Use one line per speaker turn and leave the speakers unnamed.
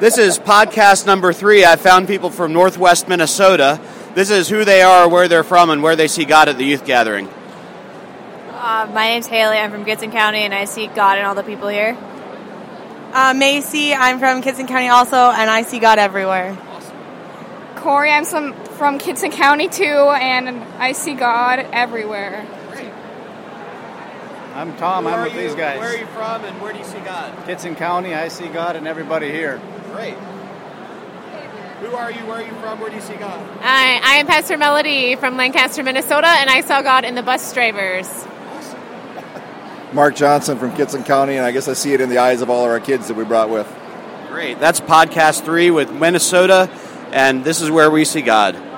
This is podcast number three. I found people from Northwest Minnesota. This is who they are, where they're from, and where they see God at the youth gathering.
Uh, my name's Haley. I'm from Goodson County, and I see God in all the people here.
Uh, Macy, I'm from Kitson County also, and I see God everywhere.
Corey, I'm some, from Kitson County too, and I see God everywhere.
I'm Tom.
Who
I'm
are
with
you?
these
Where are you
guys.
from, and where do you see God?
Kitson County. I see God and everybody here.
Great. Who are you? Where are you from? Where do you see God?
Hi, I am Pastor Melody from Lancaster, Minnesota, and I saw God in the bus drivers.
Mark Johnson from Kitson County, and I guess I see it in the eyes of all of our kids that we brought with.
Great. That's podcast three with Minnesota, and this is where we see God.